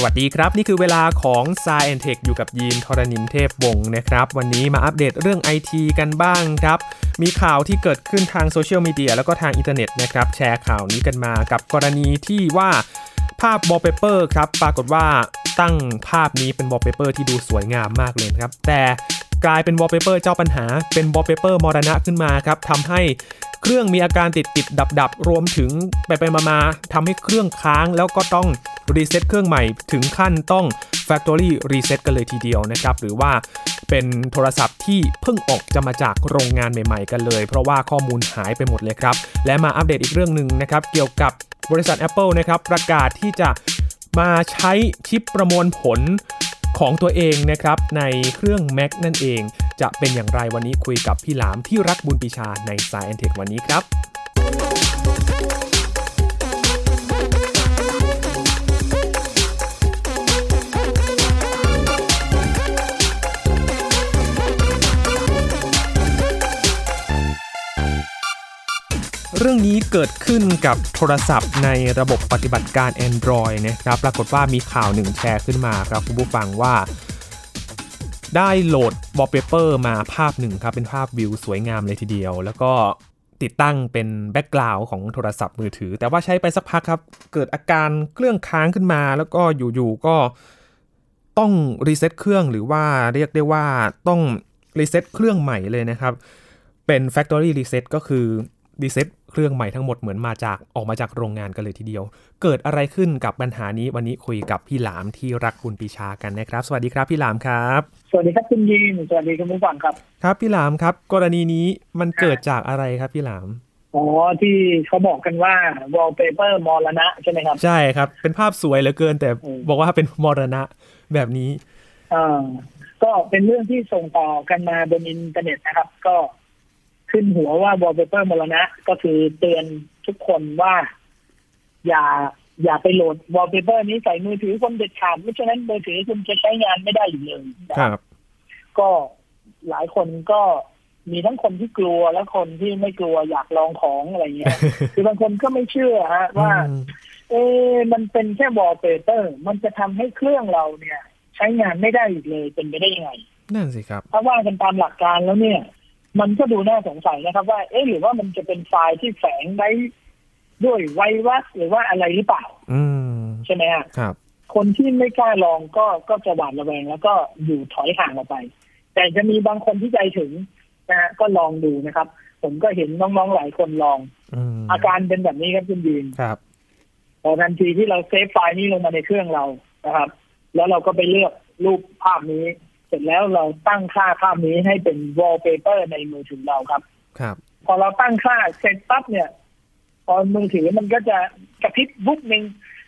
สวัสดีครับ นี่คือเวลาของ s ายแอนเทคอยู่กับยีนทรณินเทพวงศ์นะครับ วันนี้มาอัปเดตเรื่อง IT กันบ้างครับ มีข่าวที่เกิดขึ้นทางโซเชียลมีเดียแล้วก็ทางอินเทอร์เน็ตนะครับ แชร์ข่าวนี้กันมากับกรณีที่ว่าภาพ w a l l p a p e r ครับ ปรากฏว่าตั้งภาพนี้เป็น w a l l p a p e r ที่ดูสวยงามมากเลยนะครับ แต่กลายเป็น w a l l p a p e r เจ้าปัญหาเป็น w a l l p a p e r มรณะขึ้นมาครับทำให้ เครื่องมีอาการติดติดดับดับๆ รวมถึงไปไปมามาๆทำให้เครื่องค้างแล้วก็ต้องรีเซ็ตเครื่องใหม่ถึงขั้นต้อง Factory Reset กันเลยทีเดียวนะครับ หรือว่าเป็นโทรศัพท์ที่เพิ่งออกจะมาจากโรงงานใหม่ๆกันเลย เพราะว่าข้อมูลหายไปหมดเลยครับ และมาอัปเดตอีกเรื่องหนึ่งนะครับ เกี่ยวกับบริษัท Apple นะครับประกาศที่จะมาใช้ชิปประมวลผล ของตัวเองนะครับ ในเครื่อง Mac นั่นเอง จะเป็นอย่างไรวันนี้คุยกับพี่หลามที่รักบุญปีชาใน s ายแอนเทควันนี้ครับ เรื่องนี้เกิดขึ้นกับโทรศัพท์ในระบบปฏิบัติการ Android นะครับ ปรากฏว่ามีข่าวหนึ่งแชร์ขึ้นมาครับคุณผู้ฟังว่า ได้โหลด wallpaper มาภาพหนึ่งครับ เป็นภาพวิวสวยงามเลยทีเดียว แล้วก็ติดตั้งเป็นแบ็กกราวด์ของโทรศัพท์มือถือ แต่ว่าใช้ไปสักพักครับ เกิดอาการเครื่องค้างขึ้นมา แล้วก็อยู่ๆก็ต้องรีเซ็ตเครื่องหรือว่าเรียกได้ว่าต้องรีเซ็ตเครื่องใหม่เลยนะครับ เป็น Factory Reset ก็คือ รีเซ็ตเครื่องใหม่ทั้งหมดเหมือนมาจากออกมาจากโรงงานกันเลยทีเดียว เกิดอะไรขึ้นกับปัญหานี้วันนี้คุยกับพี่หลามที่รักบุญปีชากันนะครับ สวัสดีครับพี่หลามครับ สวัสดีครับคุณยีนสวัสดีคุณผู้ฟังครับ ครับพี่หลามครับ กรณีนี้มันเกิดจากอะไรครับพี่หลาม อ๋อที่เขาบอกกันว่าวอลเปเปอร์มรณะใช่ไหมครับ ใช่ครับ เป็นภาพสวยเหลือเกิน แต่ อืม บอกว่าเป็นมรณะแบบนี้ อ่าก็เป็นเรื่องที่ส่งต่อกันมาบนอินเทอร์เน็ตนะครับ ก็ขึ้นหัวว่าวอลเปเปอร์มรณะ ก็คือเตือนทุกคนว่า อย่า อย่าไปโหลดวอลเปเปอร์นี้ใส่มือถือคนเด็ดขาดไม่ฉะนั้นมือถือคุณจะใช้งานไม่ได้อยู่เลยนะ ค ครับ รับ ก็หลายคนก็มีทั้งคนที่กลัวและคนที่ไม่กลัวอยากลองของอะไรเงี้ย คือบางคนก็ไม่เชื่อฮะว่า อืม เอ๊ะมันเป็นแค่วอลเปเปอร์ มันจะทำให้เครื่องเราเนี่ย ใช้งานไม่ได้อีกเลยเป็นไปได้ยังไง นั่นสิครับ ถ้าว่ากันตามหลักการแล้วเนี่ย มันก็ดูน่าสงสัยนะครับ ว่าเอ๊ะหรือว่ามันจะเป็นไฟล์ที่แฝงไว้ด้วยไวรัสหรือว่าอะไรหรือเปล่า อืม ใช่ไหมฮะ ครับ คนที่ไม่กล้าลองก็ก็จะหวาดระแวงแล้วก็อยู่ถอยห่างออกไป แต่จะมีบางคนที่ใจถึงนะฮะก็ลองดูนะครับ ผมก็เห็นน้องๆหลายคนลอง อืม อาการเป็นแบบนี้ครับคุณยีน ครับ พอทันทีที่เราเซฟไฟล์นี้ลงมาในเครื่องเรานะครับ แล้วเราก็ไปเลือกรูปภาพนี้ เสร็จแล้วเราตั้งค่าภาพนี้ให้เป็น wallpaper ในมือถือเราครับ ครับ พอเราตั้งค่าเสร็จปั๊บเนี่ย พอมือถือมันก็จะกระพริบวุบหนึ่ง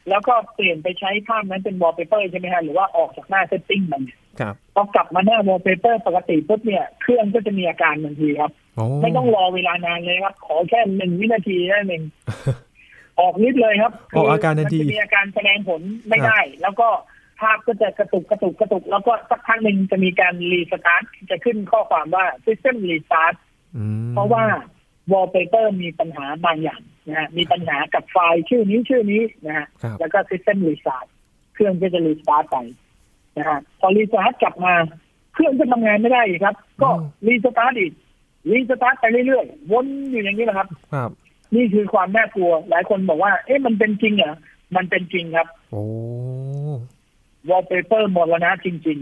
แล้วก็เปลี่ยนไปใช้ภาพนั้นเป็นวอลเปเปอร์ใช่ไหมฮะหรือว่าออกจากหน้าเซตติ้งมัน ครับ พอกลับมาหน้าวอลเปเปอร์ปกติปุ๊บเนี่ยเครื่องก็จะมีอาการทันทีครับ โอ้ ไม่ต้องรอเวลานานเลยครับ ขอแค่หนึ่งวินาทีนั่ นเอง ออกนิดเลยครับ ออกอาการทันที มัจะมีอาการแสดงผลไม่ได้ แล้วก็ภาพก็จะกระตุกกระตุกกระตุก แล้วก็สักพักหนึ่งจะมีการรีสตาร์ทจะขึ้นข้อความว่า system restart อืม เพราะว่าวอลเปเปอร์มีปัญหาบางอย่างนะฮะ มีปัญหากับไฟล์ชื่อนี้ชื่อนี้นะฮะ ครับ แล้วก็ System Restart เครื่องก็จะรีสตาร์ทไปนะฮะ พอรีสตาร์ทกลับมา เครื่องก็ทำงานไม่ได้อีกครับ ก็รีสตาร์ทอีก รีสตาร์ทไปเรื่อยๆ วนอยู่อย่างนี้นะครับ ครับ นี่คือความน่ากลัว หลายคนบอกว่า เอ๊ะ มันเป็นจริงเหรอ มันเป็นจริงครับ โอ้ วอลเปเปอร์หมดแล้วนะจริง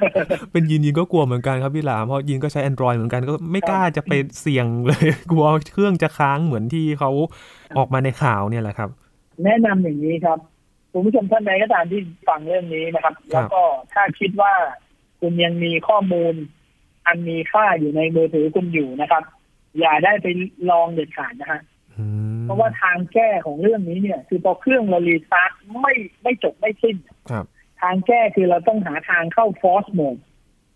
ๆ เป็นยินยินก็กลัวเหมือนกันครับพี่หลามเพราะยินก็ใช้ Android เหมือนกันก็ไม่กล้าจะไปเสี่ยงเลย กลัวเครื่องจะค้างเหมือนที่เขาออกมาในข่าวเนี่ยแหละครับ แนะนำอย่างนี้ครับคุณผู้ชมท่านใดก็ตามที่ฟังเรื่องนี้นะครับ ครับ แล้วก็ถ้าคิดว่าคุณยังมีข้อมูล อันมีค่าอยู่ในมือถือคุณอยู่นะครับ อย่าได้ไปลองเด็ดขาดนะฮะ อืม เพราะว่าทางแก้ของเรื่องนี้เนี่ย คือพอเครื่องเรารีสตาร์ทไม่ไม่จบไม่สิ้น ครับ ทางแก้คือเราต้องหาทางเข้าฟอสโหมด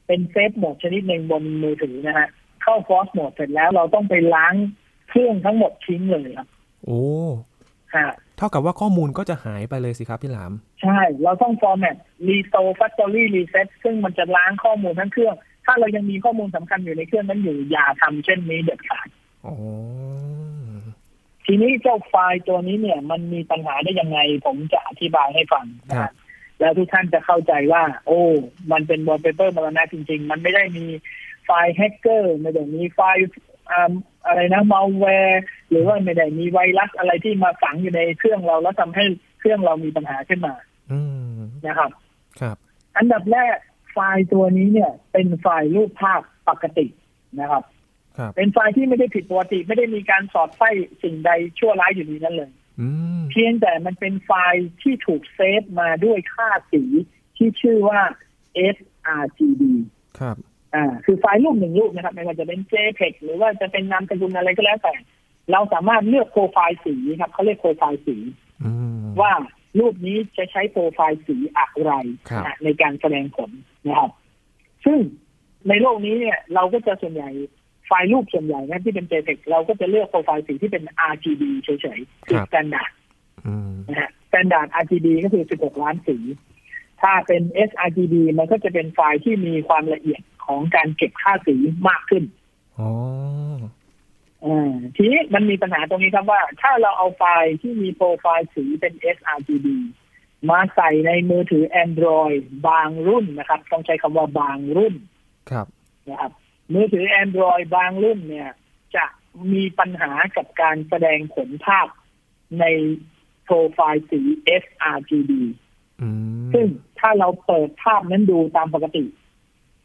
เป็นเซฟโหมดชนิดหนึ่งบนมือถือนะฮะเข้าฟอสโหมดเสร็จแล้วเราต้องไปล้างเครื่องทั้งหมดทิ้งเลยครับ โอ้ ฮะ เท่ากับว่าข้อมูลก็จะหายไปเลยสิครับพี่หลาม ใช่ เราต้องฟอร์แมตรีโตแฟคทอรี่รีเซ็ตซึ่งมันจะล้างข้อมูลทั้งเครื่อง ถ้าเรายังมีข้อมูลสำคัญอยู่ในเครื่องนั้นอยู่ อย่าทำเช่นนี้เด็ดขาด โอ้ ทีนี้เจ้าไฟล์ตัวนี้เนี่ย มันมีปัญหาได้ยังไง ผมจะอธิบายให้ฟังนะฮะ แล้วทุกท่านจะเข้าใจว่า โอ้ มันเป็นวอลเปเปอร์มรณะจริง ๆ มันไม่ได้มีไฟล์แฮกเกอร์ไม่ได้มีไฟล์อ่าอะไรนะมัลแวร์หรือว่าไม่ได้มีไวรัสอะไรที่มาฝังอยู่ในเครื่องเราแล้วทำให้เครื่องเรามีปัญหาขึ้นมา อืม นะครับ ครับ อันดับแรกไฟล์ตัวนี้เนี่ย เป็นไฟล์รูปภาพปกตินะครับ ครับ เป็นไฟล์ที่ไม่ได้ผิดปกติ ไม่ได้มีการสอดไส้สิ่งใดชั่วร้ายอยู่ในนั้นเลย อืม เพียงแต่มันเป็นไฟล์ที่ถูกเซฟมาด้วยค่าสีที่ชื่อว่า sRGB ครับ อ่าคือไฟล์รูปหนึ่งรูปนะครับ ไม่ว่าจะเป็น JPEG หรือว่าจะเป็นนามสกุลอะไรก็แล้วแต่ เราสามารถเลือกโปรไฟล์สีครับเขาเรียกโปรไฟล์สี อืม ว่ารูปนี้จะใช้โปรไฟล์สีอะไร ครับ นะในการแสดงผลนะครับ ซึ่งในโลกนี้เนี่ยเราก็จะส่วนใหญ่ไฟล์รูปส่วนใหญ่นะที่เป็น JPEG เราก็จะเลือกโปรไฟล์สีที่เป็น RGB เฉยๆคือ standard อืม นะฮะ standard RGB ก็คือ 16 ล้านสี ถ้าเป็น sRGB มันก็จะเป็นไฟล์ที่มีความละเอียดของการเก็บค่าสีมากขึ้น อ๋อ อ่าทีนี้มันมีปัญหาตรงนี้ครับว่า ถ้าเราเอาไฟล์ที่มีโปรไฟล์สีเป็น sRGB มาใส่ในมือถือ Android บางรุ่นนะครับ ต้องใช้คำว่าบางรุ่น ครับ นะครับ มือถือ Android บางรุ่นเนี่ย จะมีปัญหากับการแสดงผลภาพในโปรไฟล์สี sRGB อืม ซึ่งถ้าเราเปิดภาพนั้นดูตามปกติ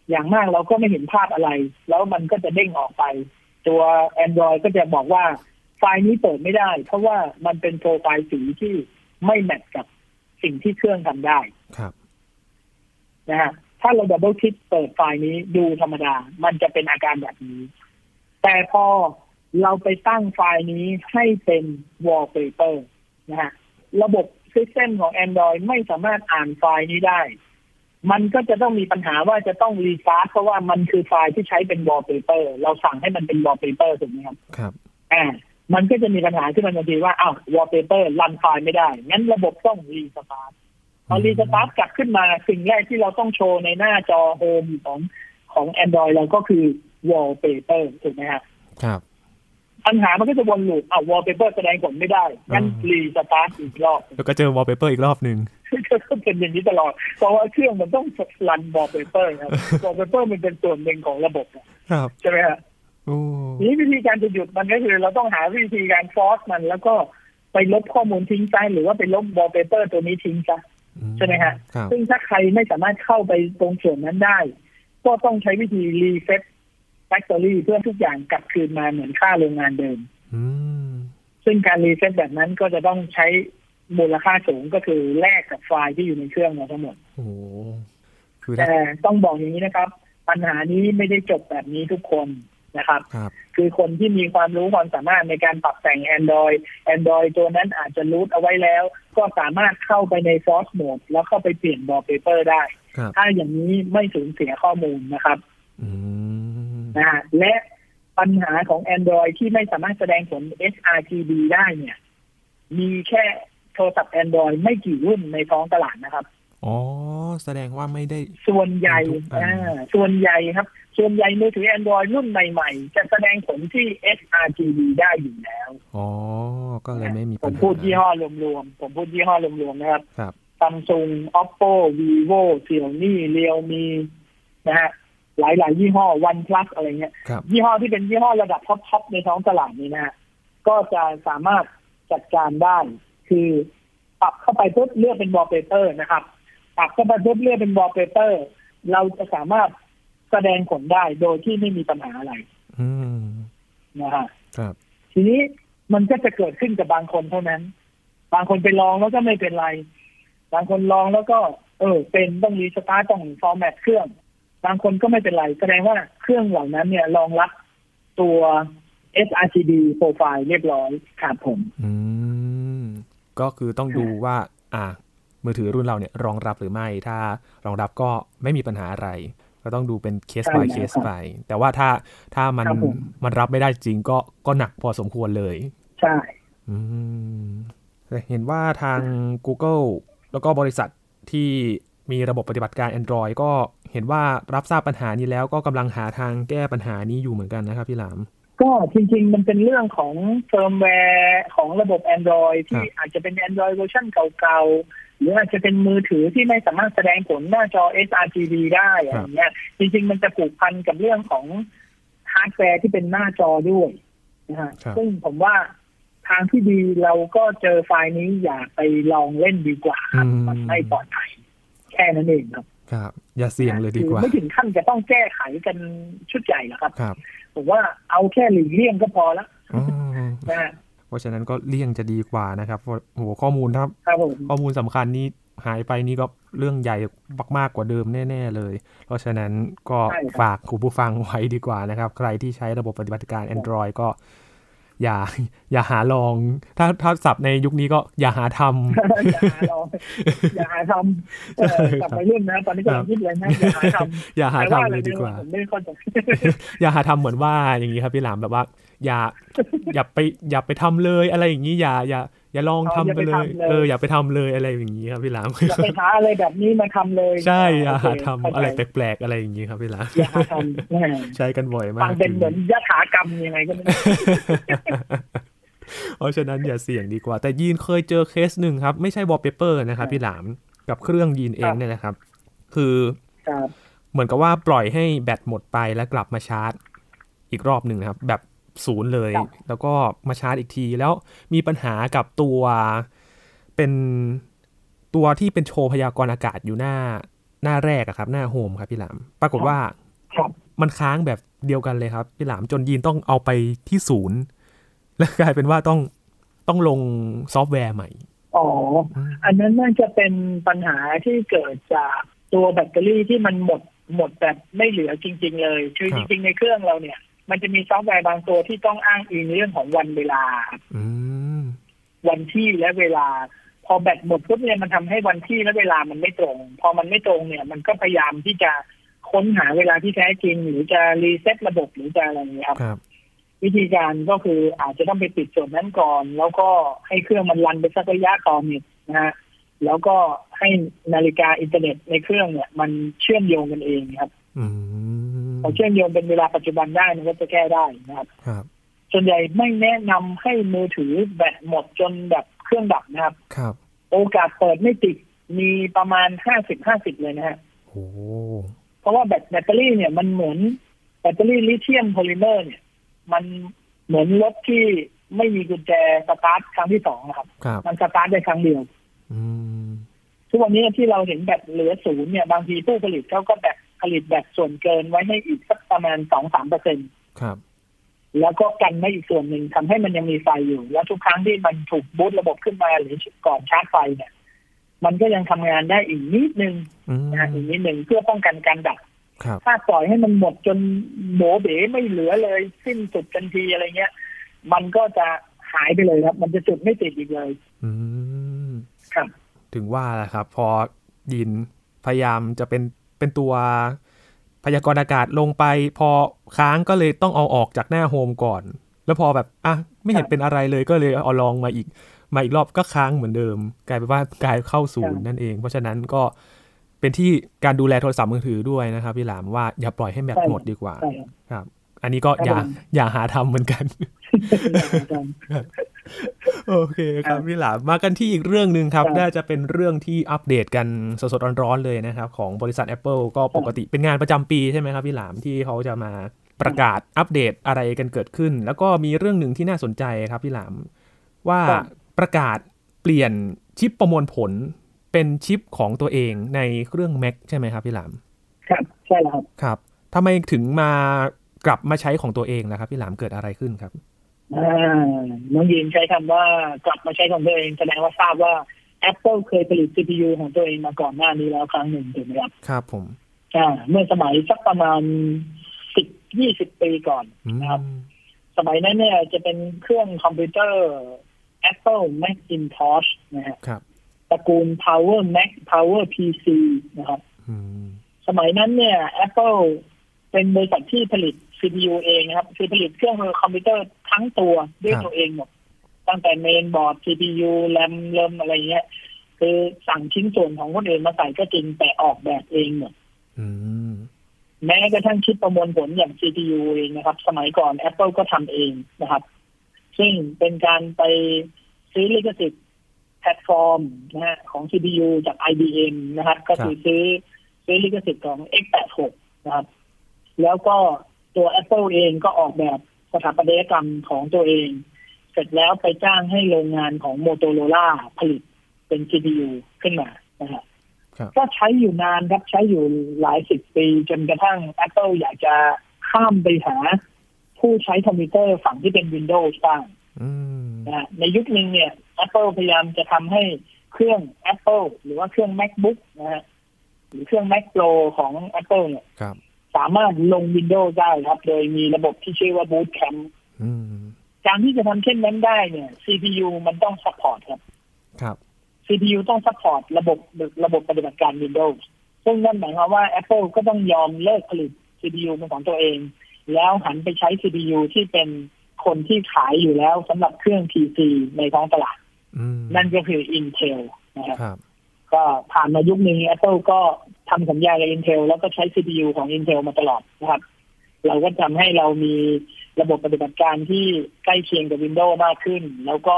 อย่างมากเราก็ไม่เห็นภาพอะไร แล้วมันก็จะเด้งออกไป ตัว Android ก็จะบอกว่าไฟล์นี้เปิดไม่ได้ เพราะว่ามันเป็นโปรไฟล์สีที่ไม่แมทกับสิ่งที่เครื่องทำได้ ครับ นะฮะถ้าเราดับเบิลคลิกเปิดไฟล์นี้ดูธรรมดา มันจะเป็นอาการแบบนี้ แต่พอเราไปตั้งไฟล์นี้ให้เป็น wallpaper นะฮะ ระบบซิสเต็มของ Android ไม่สามารถอ่านไฟล์นี้ได้ มันก็จะต้องมีปัญหาว่าจะต้องรีสตาร์ทเพราะว่ามันคือไฟล์ที่ใช้เป็น wallpaper เราสั่งให้มันเป็น wallpaper ถูกไหมครับ ครับ อ่า มันก็จะมีปัญหาที่มันทันทีว่า อ้าว wallpaper รันไฟล์ไม่ได้ งั้นระบบต้องรีสตาร์ท พอรีสตาร์ทกลับขึ้นมาสิ่งแรกที่เราต้องโชว์ในหน้าจอโฮมของของ Android เราก็คือ wallpaper ถูกไหมครับ ครับ ปัญหามันก็จะวนลูปอ้าว wallpaper แสดงผลไม่ได้ งั้นรีสตาร์ทอีกรอบ แล้วก็เจอวอลเปเปอร์อีกรอบหนึ่ง ก็เป็นอย่างนี้ตลอด เพราะว่าเครื่องมันต้องรันบอลเปเปอร์ครับบอลเปเปอร์มันเป็นส่วนหนึ่งของระบบอะ ครับ ใช่ไหมฮะ โอ้ ทีนี้วิธีการจะหยุดมันก็คือเราต้องหาวิธีการฟอสมัน แล้วก็ไปลบข้อมูลทิ้งซะหรือว่าไปลบบอลเปเปอร์ตัวนี้ทิ้งซะ อื ใช่ไหมฮะ ครับ ซึ่งถ้าใครไม่สามารถเข้าไปตรงส่วนนั้นได้ ก็ต้องใช้วิธีรีเฟ t แฟค t อรี่เพื่อทุกอย่างกลับคืนมาเหมือนค่าโรงงานเดิม อืม ซึ่งการรีเฟ t แบบนั้นก็จะต้องใช้มูลค่าสูงก็คือแลกกับไฟล์ที่อยู่ในเครื่องเราทั้งหมด โอ้โหคือถ้า แต่ต้องบอกอย่างนี้นะครับ ปัญหานี้ไม่ได้จบแบบนี้ทุกคนนะครับ ครับ คือคนที่มีความรู้ความสามารถในการปรับแต่ง Android Android ตัวนั้นอาจจะรูทเอาไว้แล้ว ก็สามารถเข้าไปใน Force Mode แล้วเข้าไปเปลี่ยน Wallpaper ได้ ครับ ถ้าอย่างนี้ไม่สูญเสียข้อมูลนะครับ อืม นะฮะและปัญหาของ Android ที่ไม่สามารถแสดงผล sRGB ได้เนี่ย มีแค่โทรศัพท์ Android ไม่กี่รุ่นในท้องตลาดนะครับ อ๋อแสดงว่าไม่ได้ ส่วนใหญ่ ทุกอัน อ่าส่วนใหญ่ครับ ส่วนใหญ่มือถือ Android รุ่นใหม่ๆ จะแสดงผลที่ sRGB ได้อยู่แล้ว อ๋อก็เลยไม่มี ผ ปัญ ม หา พูดยี่ห้อรวมๆ ผมพูดยี่ห้อรวมๆ นะครับ ครับ Samsung Oppo Vivo Xiaomi Realme นะฮะ หลายๆ ยี่ห้อ OnePlus อะไรเงี้ย ครับ ยี่ห้อที่เป็นยี่ห้อระดับท็อปๆ ในท้องตลาดนี้นะฮะ ก็จะสามารถจัดการได้ คือปรับเข้าไปปุ๊บเลือกเป็นวอลเปเปอร์นะครับ ปรับเข้าไปปุ๊บเลือกเป็นวอลเปเปอร์ เราจะสามารถแสดงผลได้โดยที่ไม่มีปัญหาอะไร อืม นะฮะ ครับ ทีนี้มันก็จะเกิดขึ้นกับบางคนเท่านั้น บางคนไปลองแล้วก็ไม่เป็นไร บางคนลองแล้วก็ เออ เป็นต้องรีสตาร์ตต้องฟอร์แมตเครื่อง บางคนก็ไม่เป็นไร แสดงว่าเครื่องเหล่านั้นเนี่ยรองรับตัว sRGB โปรไฟล์เรียบร้อยครับผม อืมก็คือต้องดูว่า อ่ะมือถือรุ่นเราเนี่ยรองรับหรือไม่ ถ้ารองรับก็ไม่มีปัญหาอะไร ก็ต้องดูเป็นเคส ใช่ by แล้ว เคส ครับ ไป แต่ว่าถ้าถ้ามัน ครับผม มันรับไม่ได้จริงก็ก็หนักพอสมควรเลย ใช่ อืมแต่เห็นว่าทาง Google แล้วก็บริษัทที่มีระบบปฏิบัติการ Android ก็เห็นว่ารับทราบปัญหานี้แล้วก็กำลังหาทางแก้ปัญหานี้อยู่เหมือนกันนะครับพี่หลาม ก็จริงๆ มันเป็นเรื่องของเฟิร์มแวร์ของระบบ Android ที่อาจจะเป็น Android เวอร์ชันเก่าๆ หรืออาจจะเป็นมือถือที่ไม่สามารถแสดงผลหน้าจอ sRGB ได้ ค อะ รับ ไรเงี้ยจริงๆ มันจะผูกพันกับเรื่องของฮาร์ดแวร์ที่เป็นหน้าจอด้วยนะฮะ ครับ ซึ่งผมว่าทางที่ดีเราก็เจอไฟล์นี้อย่าไปลองเล่นดีกว่าครับมันไม่ปลอดภัยแค่นั้นเองครับ ครับ อย่าเสี่ยงเลยดีกว่า คือไม่ถึงขั้นจะต้องแก้ไขกันชุดใหญ่หรอกครับ ครับ ผมว่าเอาแค่หลีกเลี่ยงก็พอละ อ๋อ นะฮะ เพราะฉะนั้นก็เลี่ยงจะดีกว่านะครับเพราะโอ้โหข้อมูลถ้า ครับผม ข้อมูลสำคัญนี้หายไปนี่ก็เรื่องใหญ่มากๆกว่าเดิมแน่ๆเลย เพราะฉะนั้นก็ ใช่ครับ ฝากคุณผู้ฟังไว้ดีกว่านะครับ ใครที่ใช้ระบบปฏิบัติการ Android ก็ อย่า อย่าหาลอง ถ้าถ้าศัพท์ในยุคนี้ก็อย่าหาท อย่าหาลองอย่าหาทำเอ่อกลับไปเรื่องนะ ตอนนี้กำลังคิดเลยนะอย่าหาท ำ อย่า ำ หา แต่ว่าอะ ทำ ไร เลยดีกว่า ผมไม่ค่อยจะ อย่าหาทำเหมือนว่าอย่างนี้ครับพี่หลามแบบว่า อย่า อย่าไปอย่าไปทำเลยอะไรอย่างนี้อย่าอย่าอย่าลอง อ๋อ ทำ อย่า ไป ไป เลย ทำเลย เอออย่าไปทำเลยอะไรอย่างนี้ครับพี่หลาม อย่าไปหาอะไรแบบนี้มาทำเลย ใช่อย่าหาทำ โเค อะไร เข้าใจ แปลกๆอะไรอย่างนี้ครับพี่หลาม อย่าหาทำแหม่ ใช้กันบ่อยมา ฟั ก งเป็นเหมือนยถากรรมยังไงก็ไม่รู้ เพราะฉะนั้นอย่าเสี่ยงดีกว่า แต่ยีนเคยเจอเคสหนึ่งครับ ไม่ใช่วอลเปเปอร์นะครับพี่หลามกับเครื่องยีนเองเนี่ยนะครับ คือ ครับ เหมือนกับว่าปล่อยให้แบตหมดไปแล้วกลับมาชาร์จ อีกรอบหนึ่งนะครับแบบศูนย์เลย แล้วก็มาชาร์จอีกทีแล้วมีปัญหากับตัวเป็นตัวที่เป็นโชว์พยากรณ์อากาศอยู่หน้าหน้าแรกอะครับ หน้าโฮมครับพี่หลามปรากฏว่า ครับ มันค้างแบบเดียวกันเลยครับพี่หลามจนยีนต้องเอาไปที่ศูนย์ แล้วกลายเป็นว่าต้องต้องลงซอฟต์แวร์ใหม่ อ๋อ อืม อันนั้นน่าจะเป็นปัญหาที่เกิดจากตัวแบตเตอรี่ที่มันหมดหมดแบบไม่เหลือจริง ๆ เลยคือจริง ๆ ในเครื่องเราเนี่ย มันจะมีซอฟต์แวร์บางตัวที่ต้องอ้างอิงเรื่องของวันเวลา อืม วันที่และเวลา พอแบตหมดปุ๊บเนี่ยมันทำให้วันที่และเวลามันไม่ตรง พอมันไม่ตรงเนี่ย มันก็พยายามที่จะค้นหาเวลาที่แท้จริง หรือจะรีเซ็ตระบบหรือจะอะไรอย่างเงี้ยครับ ครับ วิธีการก็คืออาจจะต้องไปปิดส่วนนั้นก่อน แล้วก็ให้เครื่องมันรันไปสักระยะก่อนเนี่ยนะฮะแล้วก็ให้นาฬิกาอินเทอร์เน็ตในเครื่องเนี่ย มันเชื่อมโยงกันเองครับ อืม พอเชื่อมโยงเป็นเวลาปัจจุบันได้มันก็จะแก้ได้นะครับ ครับ ส่วนใหญ่ไม่แนะนำให้มือถือแบตหมดจนแบบเครื่องดับนะครับ ครับ โอกาสเปิดไม่ติดมีประมาณห้าสิบห้าสิบเลยนะฮะ โอ้ เพราะว่าแบตแบตเตอรี่เนี่ยมันเหมือนแบตเตอรี่ลิเธียมโพลิเมอร์เนี่ย มันเหมือนรถที่ไม่มีกุญแจสตาร์ทครั้งที่สองนะครับ ครับ มันสตาร์ทได้ครั้งเดียว อืม ทุกวันนี้ที่เราเห็นแบตเหลือศูนย์เนี่ย บางทีผู้ผลิตเขาก็แบบผลิตแบตส่วนเกินไว้ให้อีกสักประมาณสองสามเปอร์เซ็น ครับ แล้วก็กันไม่อีกส่วนหนึ่งทำให้มันยังมีไฟอยู่ แล้วทุกครั้งที่มันถูกบูตระบบขึ้นมาหรือก่อนชาร์จไฟเนี่ย มันก็ยังทำงานได้อีกนิดนึง อืม นะฮะอีกนิดนึงเพื่อป้องกันการดับ ครับ ถ้าปล่อยให้มันหมดจนโบเบ๋ไม่เหลือเลย สิ้นสุดทันทีอะไรเงี้ย มันก็จะหายไปเลยครับ มันจะจุดไม่ติดอีกเลย อืม ครับ ถึงว่าแหละครับ พอดินพยายามจะเป็นเป็นตัวพยากรณ์อากาศลงไป พอค้างก็เลยต้องเอาออกจากหน้าโฮมก่อน แล้วพอแบบอ่ะไม่เห็น ครับ เป็นอะไรเลยก็เลยเอาลองมาอีก มาอีกรอบก็ค้างเหมือนเดิม กลายเป็นว่ากลายเข้าศูนย์ ครับ นั่นเอง เพราะฉะนั้นก็เป็นที่การดูแลโทรศัพท์มือถือด้วยนะครับพี่หลามว่าอย่าปล่อยให้แบตหมดดีกว่า ใช่ครับ อันนี้ก็ คอรับย่า ผม อย่าหาทำเหมือนกัน โอเคค ครั รับบ พี่หลามมากันที่อีกเรื่องหนึ่งครับ ครับ น่าจะเป็นเรื่องที่อัปเดตกันสดๆร้อนๆเลยนะครับ ของบริษัท Apple ก็ปกติเป็นงานประจำปีใช่ไหมครับพี่หลามที่เขาจะมาประกาศอัปเดตอะไรกันเกิดขึ้น แล้วก็มีเรื่องหนึ่งที่น่าสนใจครับพี่หลาม ว่า ครับ ประกาศเปลี่ยนชิปประมวลผลเป็นชิปของตัวเองในเครื่อง Mac ใช่ไหมครับพี่หลาม ครับใช่แล้วครับ ครับทำไมถึงมากลับมาใช้ของตัวเองนะครับพี่หลามเกิดอะไรขึ้นครับ อ่าน้องยีนใช้คำว่ากลับมาใช้ของตัวเองแสดงว่าทราบว่า Apple เคยผลิต CPU ของตัวเองมาก่อนหน้านี้แล้วครั้งหนึ่งถูกไหมครับ ครับผม อ่าเมื่อสมัยสักประมาณสิบยี่สิบปีก่อน อืม ครับ สมัยนั้นเนี่ยจะเป็นเครื่องคอมพิวเตอร์ Apple Macintosh นะฮะ ครับ ตระกูล Power Mac Power PC นะครับ อืม สมัยนั้นเนี่ย Apple เป็นบริษัทที่ผลิต CPU เองนะครับ คือผลิตเครื่องมือคอมพิวเตอร์ทั้งตัวด้วยตัวเองหมด ตั้งแต่เมนบอร์ด CPU แรมเริ่มอะไรเงี้ย คือสั่งชิ้นส่วนของคนอื่นมาใส่ก็จริง แต่ออกแบบเองหมด อืม แม้กระทั่งชิปประมวลผลอย่าง CPU เองนะครับ สมัยก่อน Apple ก็ทำเองนะครับ ซึ่งเป็นการไปซื้อลิขสิทธิ์แพ ลตฟอร์มนะฮะของ CPU จาก IBM นะครับ ก็คือซื้อซื้อลิขสิทธิ์ของ x86 นะครับ แล้วก็ตัว Apple เองก็ออกแบบสถาปัตยกรรมของตัวเอง เสร็จแล้วไปจ้างให้โรงงานของ Motorola ผลิตเป็น CPU ขึ้นมานะฮะ ครับ ก็ใช้อยู่นานครับใช้อยู่หลายสิบปี จนกระทั่ง Apple อยากจะข้ามไปหาผู้ใช้คอมพิวเตอร์ฝั่งที่เป็น Windows บ้าง อืม นะฮะในยุคหนึ่งเนี่ย Apple พยายามจะทำให้เครื่อง Apple หรือว่าเครื่อง MacBook นะฮะหรือเครื่อง Mac Pro ของ Apple เนี่ย ครับ สามารถลง Windows ได้ครับ โดยมีระบบที่ชื่อว่า Boot Camp อืม การที่จะทำเช่นนั้นได้เนี่ย CPU มันต้องซัพพอร์ตครับ ครับ CPU ต้องซัพพอร์ตระบบระบบปฏิบัติการ Windows ซึ่งนั่นหมายความว่า Apple ก็ต้องยอมเลิกผลิต CPU เป็นของตัวเอง แล้วหันไปใช้ CPU ที่เป็นคนที่ขายอยู่แล้วสำหรับเครื่อง PC ในท้องตลาด อืม นั่นก็คือ Intel นะครับ ครับ ก็ผ่านมายุคนึง Apple ก็ทำสัญญากับ Intel แล้วก็ใช้ CPU ของ Intel มาตลอดนะครับ เราก็ทำให้เรามีระบบปฏิบัติการที่ใกล้เคียงกับ Windows มากขึ้น แล้วก็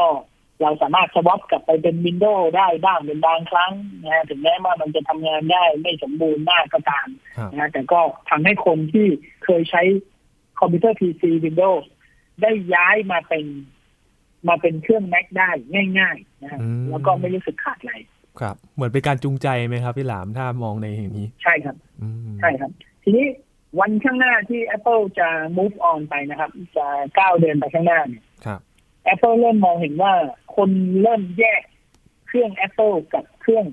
เราสามารถสวอปกลับไปเป็น Windows ได้บ้างเป็นบางครั้งนะฮะถึงแม้ว่ามันจะทำงานได้ไม่สมบูรณ์มากก็ตาม ครับ นะแต่ก็ทำให้คนที่เคยใช้คอมพิวเตอร์ PC Windows ได้ย้ายมาเป็นมาเป็นเครื่อง Mac ได้ง่ายๆนะฮะ อืม แล้วก็ไม่รู้สึกขาดอะไร ครับ เหมือนเป็นการจูงใจไหมครับพี่หลามถ้ามองในอย่างนี้ ใช่ครับ อืม ใช่ครับ ทีนี้วันข้างหน้าที่ Apple จะ move on ไปนะครับ จะก้าวเดินไปข้างหน้าเนี่ย ครับ Apple เริ่มมองเห็นว่าคนเริ่มแยกเครื่อง Apple กับเครื่อง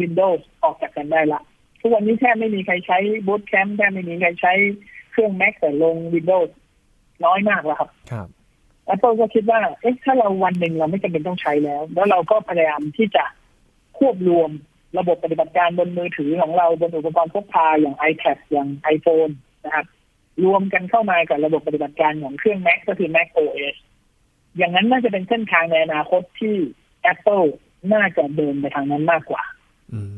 Windows ออกจากกันได้ละ ทุกวันนี้แทบไม่มีใครใช้ Boot Camp แทบไม่มีใครใช้เครื่อง Mac แต่ลง Windows น้อยมากแล้วครับ ครับ Apple ก็คิดว่า เอ๊ะ ถ้าเราวันหนึ่งเราไม่จำเป็นต้องใช้แล้ว แล้วเราก็พยายามที่จะควบรวมระบบปฏิบัติการบนมือถือของเราบนอุปกรณ์พกพาอย่าง iPad อย่าง iPhone นะครับ รวมกันเข้ามากับระบบปฏิบัติการของเครื่อง Mac ก็คือ Mac OS อย่างนั้นน่าจะเป็นเส้นทางในอนาคตที่ Apple น่าจะเดินไปทางนั้นมากกว่า อืม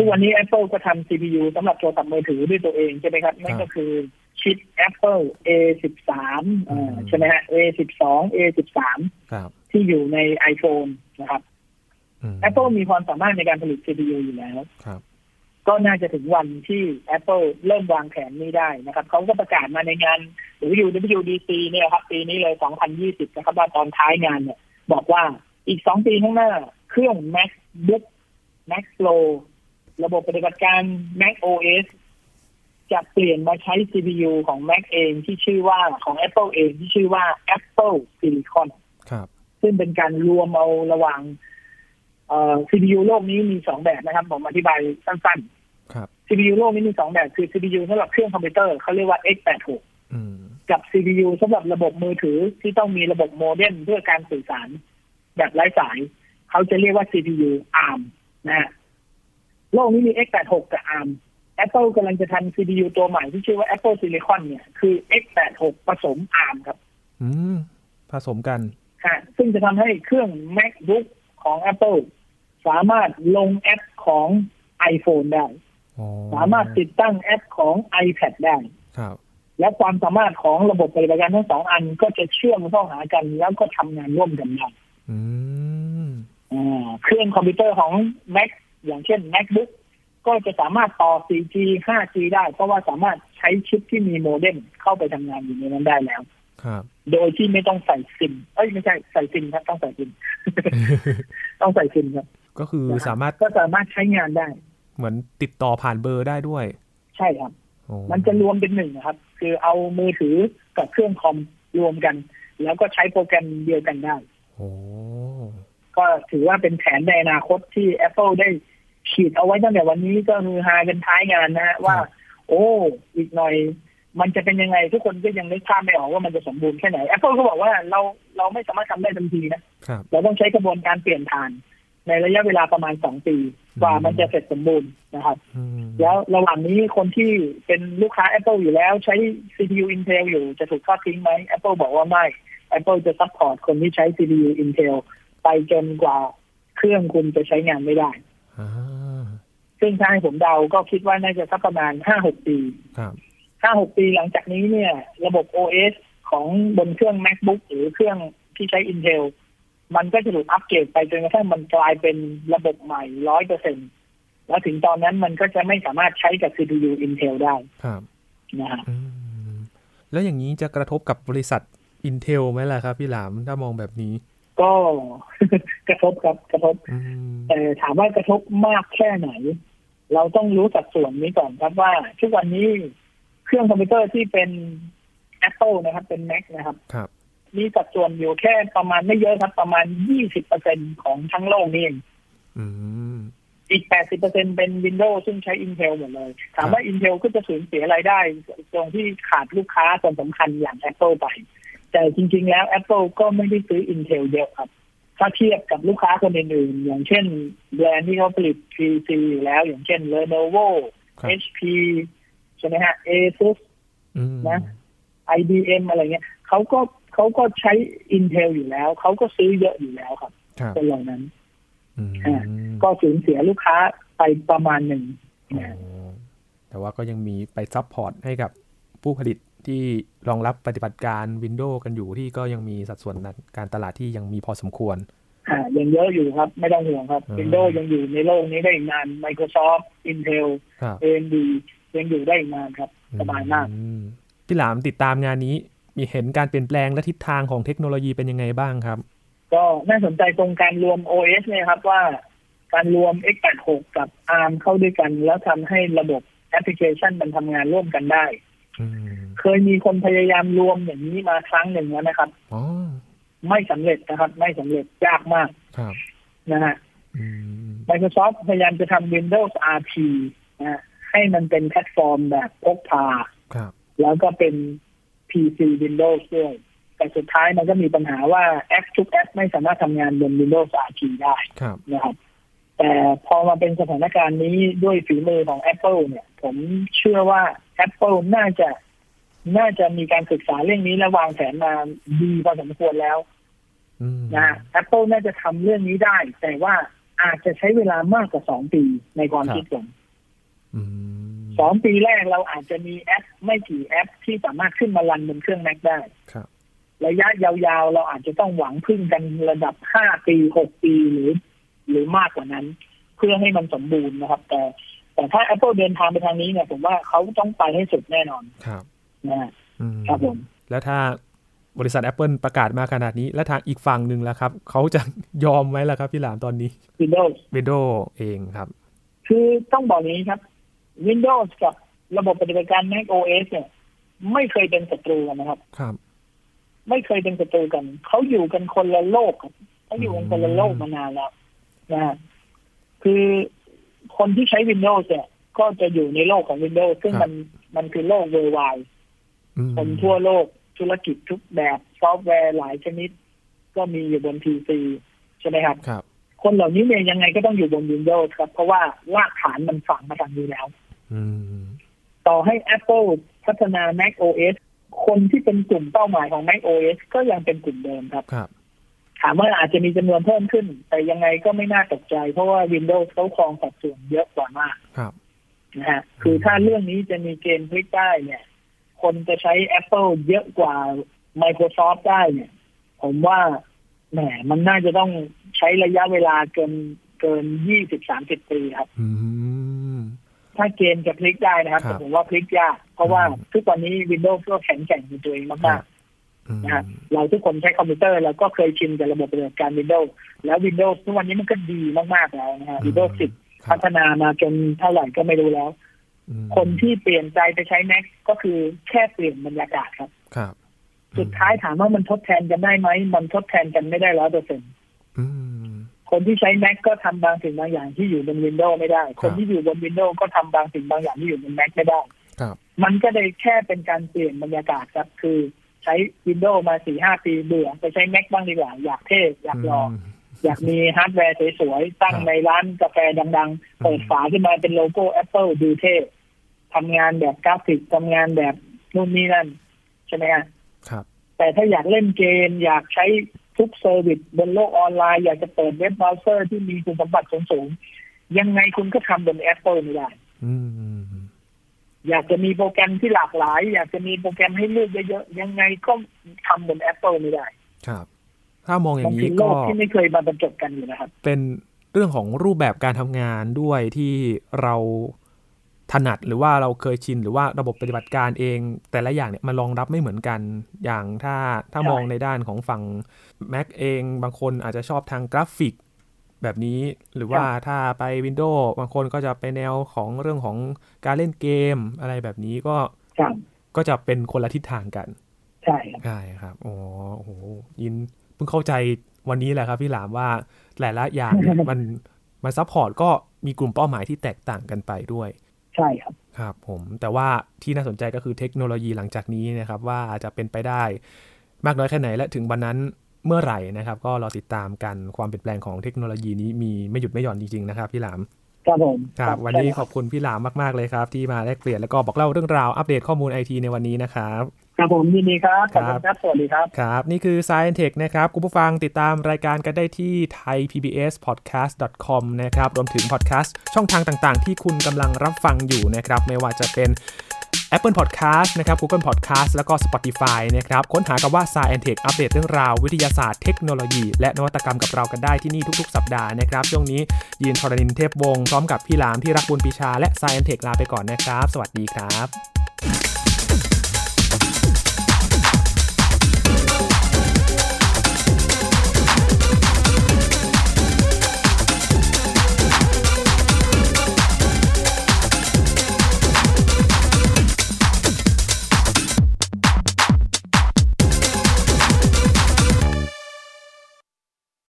ทุกวันนี้ Apple ก็ทำ CPU สำหรับโทรศัพท์มือถือด้วยตัวเองใช่ไหมครับ นั่นก็คือชิป Apple A13 อื อ่าม ใช่ไหมฮะ A12 A13 ครับ ที่อยู่ใน iPhone นะครับ อืม Apple มีความสามารถในการผลิต CPU อยู่แล้ว ครับ ก็น่าจะถึงวันที่ Apple เริ่มวางแผนนี้ได้นะครับ เขาก็ประกาศมาในงาน WWDC เนี่ยครับ ปีนี้เลย 2020 นะครับ ว่าตอนท้ายงานเนี่ย บอกว่าอีก 2 ปีข้างหน้า เครื่อง MacBook Mac Pro ระบบปฏิบัติการ Mac OS จะเปลี่ยนมาใช้ CPU ของ Mac เองที่ชื่อว่าของ Apple เองที่ชื่อว่า Apple Silicon ครับ ซึ่งเป็นการรวมเอาระหว่างเอ่อ CPU โลกนี้มีสองแบบนะครับ ผมอธิบายสั้น ครับ ๆ CPU โลกนี้มีสองแบบ คือ CPU สำหรับเครื่องคอมพิวเตอร์เขาเรียกว่า x86 อืม กับ CPU สำหรับระบบมือถือที่ต้องมีระบบโมเด็มเพื่อการสื่อสาร แบบไร้สาย เขาจะเรียกว่า CPU ARM นะฮะโลกนี้มี x86 กับ ARM Apple กำลังจะทำ CPU ตัวใหม่ที่ชื่อว่า Apple Silicon เนี่ยคือ x86 ผสม ARM ครับ อืม ผสมกัน ค่ะซึ่งจะทำให้เครื่อง MacBook ของ Apple สามารถลงแอปของ iPhone ได้ อ๋อ สามารถติดตั้งแอปของ iPad ได้ ครับ และความสามารถของระบบปฏิบัติการทั้งสองอันก็จะเชื่อมเข้าหากัน แล้วก็ทำงานร่วมกันได้ อืม อ่าเครื่องคอมพิวเตอร์ของ Mac อย่างเช่น MacBook ก็จะสามารถต่อ 4G 5G ได้ เพราะว่าสามารถใช้ชิปที่มีโมเด็มเข้าไปทำงานอยู่ในนั้นได้แล้ว ครับ โดยที่ไม่ต้องใส่ซิมเอ้ยไม่ใช่ใส่ซิมครับต้องใส่ซิม ต้องใส่ซิมครับ ก็คือ นะครับ สามารถ ก็สามารถใช้งานได้ เหมือนติดต่อผ่านเบอร์ได้ด้วย ใช่ครับ โอ้ มันจะรวมเป็นหนึ่งนะครับ คือเอามือถือกับเครื่องคอมรวมกัน แล้วก็ใช้โปรแกรมเดียวกันได้ โอ้ ก็ถือว่าเป็นแผนในอนาคตที่ Apple ได้ขีดเอาไว้ตั้งแต่วันนี้ก็คือฮากันท้ายงานนะฮะว่า โอ้อีกหน่อย มันจะเป็นยังไง ทุกคนก็ยังนึกภาพไม่ออกว่ามันจะสมบูรณ์แค่ไหน Apple ก็บอกว่าเราเราไม่สามารถทำได้ทันทีนะ ครับ เราต้องใช้กระบวนการเปลี่ยนผ่าน ในระยะเวลาประมาณสองปีกว่ามันจะเสร็จสมบูรณ์นะครับ อืม แล้วระหว่างนี้คนที่เป็นลูกค้า Apple อยู่แล้วใช้ CPU Intel อยู่จะถูกทอดทิ้งไหม Apple บอกว่าไม่ Apple จะซัพพอร์ตคนที่ใช้ CPU Intel ไปจนกว่าเครื่องคุณจะใช้งานไม่ได้ อ่า ซึ่งถ้าให้ผมเดาก็คิดว่าน่าจะสักประมาณ 5-6 ปี ครับ 5-6 ปีหลังจากนี้เนี่ย ระบบ OS ของบนเครื่อง MacBook หรือเครื่องที่ใช้ Intel มันก็จะถูกอัปเกรดไปจนกระทั่งมันกลายเป็นระบบใหม่ร้อยเปอร์เซ็นแล้วถึงตอนนั้นมันก็จะไม่สามารถใช้กับ CPU Intel ได้ ครับ นะฮะ อืมแล้วอย่างนี้จะกระทบกับบริษัท Intel ไหมล่ะครับ พี่หลามถ้ามองแบบนี้ ก็ กระทบครับกระทบ อืม แต่ถามว่ากระทบมากแค่ไหน เราต้องรู้สัดส่วนนี้ก่อนครับว่า ทุกวันนี้เครื่องคอมพิวเตอร์ที่เป็น Apple นะครับ เป็น Mac นะครับ ครับ มีสัดส่วนอยู่แค่ประมาณไม่เยอะครับ ประมาณ 20%ของทั้งโลกนี่เอง อืม อีก 80%เป็น Windows ซึ่งใช้ Intel หมดเลย ถามว่า Intel ก็จะสูญเสียรายได้ ตรงที่ขาดลูกค้าส่วนสำคัญอย่าง Apple ไป แต่จริง ๆ แล้ว Apple ก็ไม่ได้ซื้อ Intel เยอะครับ ถ้าเทียบกับลูกค้าคนอื่นๆ อย่างเช่นแบรนด์ที่เขาผลิต PC อยู่แล้ว อย่างเช่น Lenovo ครับ HP ใช่ไหมฮะ ASUS อืม นะ IBM อะไรเงี้ยเขาก็เขาก็ใช้ Intel อยู่แล้ว เขาก็ซื้อเยอะอยู่แล้วครับ ครับ คนเหล่านั้น อืม อ่า ก็สูญเสียลูกค้าไปประมาณหนึ่ง อ๋ นะ อแต่ว่าก็ยังมีไปซัพพอร์ตให้กับผู้ผลิตที่รองรับปฏิบัติการ Windows กันอยู่ที่ก็ยังมีสัดส่วนการตลาดที่ยังมีพอสมควร อ่ายังเยอะอยู่ครับ ไม่ต้องห่วงครับ อืม Windows ยังอยู่ในโลกนี้ได้อีกนาน Microsoft Intel ครับ AMD ยังอยู่ได้อีกนานครับ สบายมาก อืมพี่หลามติดตามงานนี้ มีเห็นการเปลี่ยนแปลงและทิศทางของเทคโนโลยีเป็นยังไงบ้างครับ ก็น่าสนใจตรงการรวม OS เนี่ยครับว่าการรวม x86 กับ ARM เข้าด้วยกัน แล้วทำให้ระบบแอปพลิเคชันมันทำงานร่วมกันได้ อืม เคยมีคนพยายามรวมอย่างนี้มาครั้งหนึ่งแล้วนะครับ อ๋อ ไม่สำเร็จนะครับ ไม่สำเร็จยากมาก ครับ นะฮะ อืม Microsoft พยายามจะทำ Windows RT นะฮะให้มันเป็นแพลตฟอร์มแบบพกพา ครับ แล้วก็เป็น PC Windows ด้วย แต่สุดท้ายมันก็มีปัญหาว่าแอปทุกแอปไม่สามารถทำงานบน Windows RT ได้ ครับ นะครับ แต่พอมาเป็นสถานการณ์นี้ด้วยฝีมือของ Apple เนี่ย ผมเชื่อว่า Apple น่าจะน่าจะมีการศึกษาเรื่องนี้และวางแผนมาดีพอสมควรแล้ว อืม นะ Apple น่าจะทำเรื่องนี้ได้ แต่ว่าอาจจะใช้เวลามากกว่าสองปีในความคิดผม อืม สองปีแรกเราอาจจะมีแอป ไม่กี่แอปที่สามารถขึ้นมารันบนเครื่อง Mac ได้ ครับ ระยะยาวๆ เราอาจจะต้องหวังพึ่งกันระดับห้าปีหกปีหรือ หรือมากกว่านั้น เพื่อให้มันสมบูรณ์นะครับ แต่ แต่ถ้า Apple เดินทางไปทางนี้เนี่ยผมว่าเขาต้องไปให้สุดแน่นอน ครับ นะฮะ อืม ครับผม แล้วถ้าบริษัท Apple ประกาศมาขนาดนี้ แล้วทางอีกฝั่งหนึ่งล่ะครับ เขาจะยอมไหมล่ะครับพี่หลามตอนนี้ Windows วินโดว์เองครับ คือต้องบอกอย่างนี้ครับ Windows กับระบบปฏิบัติการ Mac OS เนี่ย ไม่เคยเป็นศัตรูกันนะครับ ครับ ไม่เคยเป็นศัตรูกัน เขาอยู่กันคนละโลกครับเขาอยู่กันคนละโลกมานานแล้วนะฮะคือคนที่ใช้ Windows เนี่ย ก็จะอยู่ในโลกของ Windows ซึ่ง ครับ มันมันคือโลกเวอร์ไว อืม คนทั่วโลกธุรกิจทุกแบบซอฟต์แวร์หลายชนิด ก็มีอยู่บน PC ใช่ไหมครับ ครับ คนเหล่านี้เนี่ยยังไงก็ต้องอยู่บน Windows ครับ เพราะว่ารากฐานมันฝังมาทางนี้แล้ว อืม ต่อให้ Apple พัฒนา Mac OS คนที่เป็นกลุ่มเป้าหมายของ Mac OS ก็ยังเป็นกลุ่มเดิมครับ ครับ ถามว่าอาจจะมีจำนวนเพิ่มขึ้น แต่ยังไงก็ไม่น่าตกใจ เพราะว่า Windows เขาครองสัดส่วนเยอะกว่ามาก ครับ นะฮะ คือถ้าเรื่องนี้จะมีเกณฑ์พลิกได้เนี่ย คนจะใช้ Apple เยอะกว่า Microsoft ได้เนี่ย ผมว่าแหมมันน่าจะต้องใช้ระยะเวลาเกินเกินยี่สิบสามสิบปีครับ อืม ถ้าเกมจะพลิกได้นะครับ ครับ แต่ผมว่าพลิกยาก เพราะว่า อืม ทุกวันนี้ Windows ก็แข็งแกร่งในตัวเองมาก อืม ๆนะฮะเราทุกคนใช้คอมพิวเตอร์เราก็เคยชินกับระบบปฏิบัติการ Windows แล้ว Windows ทุกวันนี้มันก็ดีมากๆแล้วนะฮะ Windows 10 ครั พั บ ฒนามาจนเท่าไหร่ก็ไม่รู้แล้ว อืม คนที่เปลี่ยนใจไปใช้ Mac ก็คือแค่เปลี่ยนบรรยากาศครับ ครับ สุดท้ายถามว่ามันทดแทนกันได้ไหม มันทดแทนกันไม่ได้ร้อยเปอร์เซ็น อืม คนที่ใช้ Mac ก็ทำบางสิ่งบางอย่างที่อยู่บน Windows ไม่ได้ คน ครับ ที่อยู่บน Windows ก็ทำบางสิ่งบางอย่างที่อยู่บน Mac ไม่ได้ ครับ มันก็เลยแค่เป็นการเปลี่ยนบรรยากาศครับ คือใช้ Windows มาสี่ห้าปีเบื่อไปใช้ Mac บ้างดีกว่า อยากเท่อยากลอง อยากมีฮาร์ดแวร์สวยๆ ตั้ง ครับ ในร้านกาแฟดังๆ เปิดฝาขึ้นมาเป็นโลโก้ Apple ดูเท่ทำงานแบบกราฟิกทำงานแบบนู่นนี่นั่น ใช่ไหมฮะ ครับ แต่ถ้าอยากเล่นเกม อยากใช้ทุกเซอร์วิสบนโลกออนไลน์ อยากจะเปิดเว็บเบราว์เซอร์ที่มีคุณสมบัติสูงๆยังไงคุณก็ทำบน Apple ไม่ได้ อืม อยากจะมีโปรแกรมที่หลากหลาย อยากจะมีโปรแกรมให้เลือกเยอะๆ ยังไงก็ทำบน Apple ไม่ได้ ครับ ถ้ามองอ มั ย่าน ง คื นี้ อโล ก็ กที่ไม่เคยมาบรรจบกันอยู่นะครับ เป็นเรื่องของรูปแบบการทำงานด้วยที่เราถนัดหรือว่าเราเคยชินหรือว่าระบบปฏิบัติการเอง แต่ละอย่างเนี่ยมันรองรับไม่เหมือนกันอย่างถ้าถ้า ใช่ มองในด้านของฝั่ง Mac เองบางคนอาจจะชอบทางกราฟิก แบบนี้หรือว่าถ้าไป Windows บางคนก็จะไปแนวของเรื่องของการเล่นเกมอะไรแบบนี้ก็ ครับ ก็จะเป็นคนละทิศทางกัน ใช่ครับ ใช่ครับ อ๋อ โอ้โห ยินเพิ่งเข้าใจวันนี้แหละครับพี่หลามว่าหลายละอย่างเนี่ย มันมันซัพพอร์ตก็มีกลุ่มเป้าหมายที่แตกต่างกันไปด้วย ใช่ครับ ครับผมแต่ว่าที่น่าสนใจก็คือเทคโนโลยีหลังจากนี้นะครับว่าจะเป็นไปได้มากน้อยแค่ไหนและถึงวันนั้นเมื่อไหร่นะครับ ก็รอติดตามกันความเปลี่ยนแปลงของเทคโนโลยีนี้มีไม่หยุดไม่หย่อนจริงๆนะครับพี่หลาม ครับผม ครับ วันนี้ข ค อ รับบ คุณพี่หลามมากๆเลยครับ ที่มาแลกเปลี่ยนแล้วก็บอกเล่าเรื่องราวอัปเดตข้อมูลไอทีในวันนี้นะครับ ครับผมยินดีครับขอบครัคุณ บ ครับสวัสดีครับ ครับ นี่คือ Science Tech นะครับ คุณผู้ฟังติดตามรายการกันได้ที่ thaipbspodcast.com นะครับ รวมถึงพอดแคสต์ช่องทางต่างๆ ที่คุณกำลังรับฟังอยู่นะครับ ไม่ว่าจะเป็น Apple Podcast นะครับ Google Podcast แล้วก็ Spotify นะครับ ค้นหากับว่า Science Tech อัปเดตเรื่องราววิทยาศาสตร์เทคโนโลยี และนวัตกรรมกับเรากันได้ที่นี่ทุกๆ สัปดาห์นะครับ ช่วงนี้ยีนทรณินเทพวงศ์พร้อมกับพี่หลามที่รักบุญปีชาและ Science Tech ลาไปก่อนนะครับ สวัสดีครับ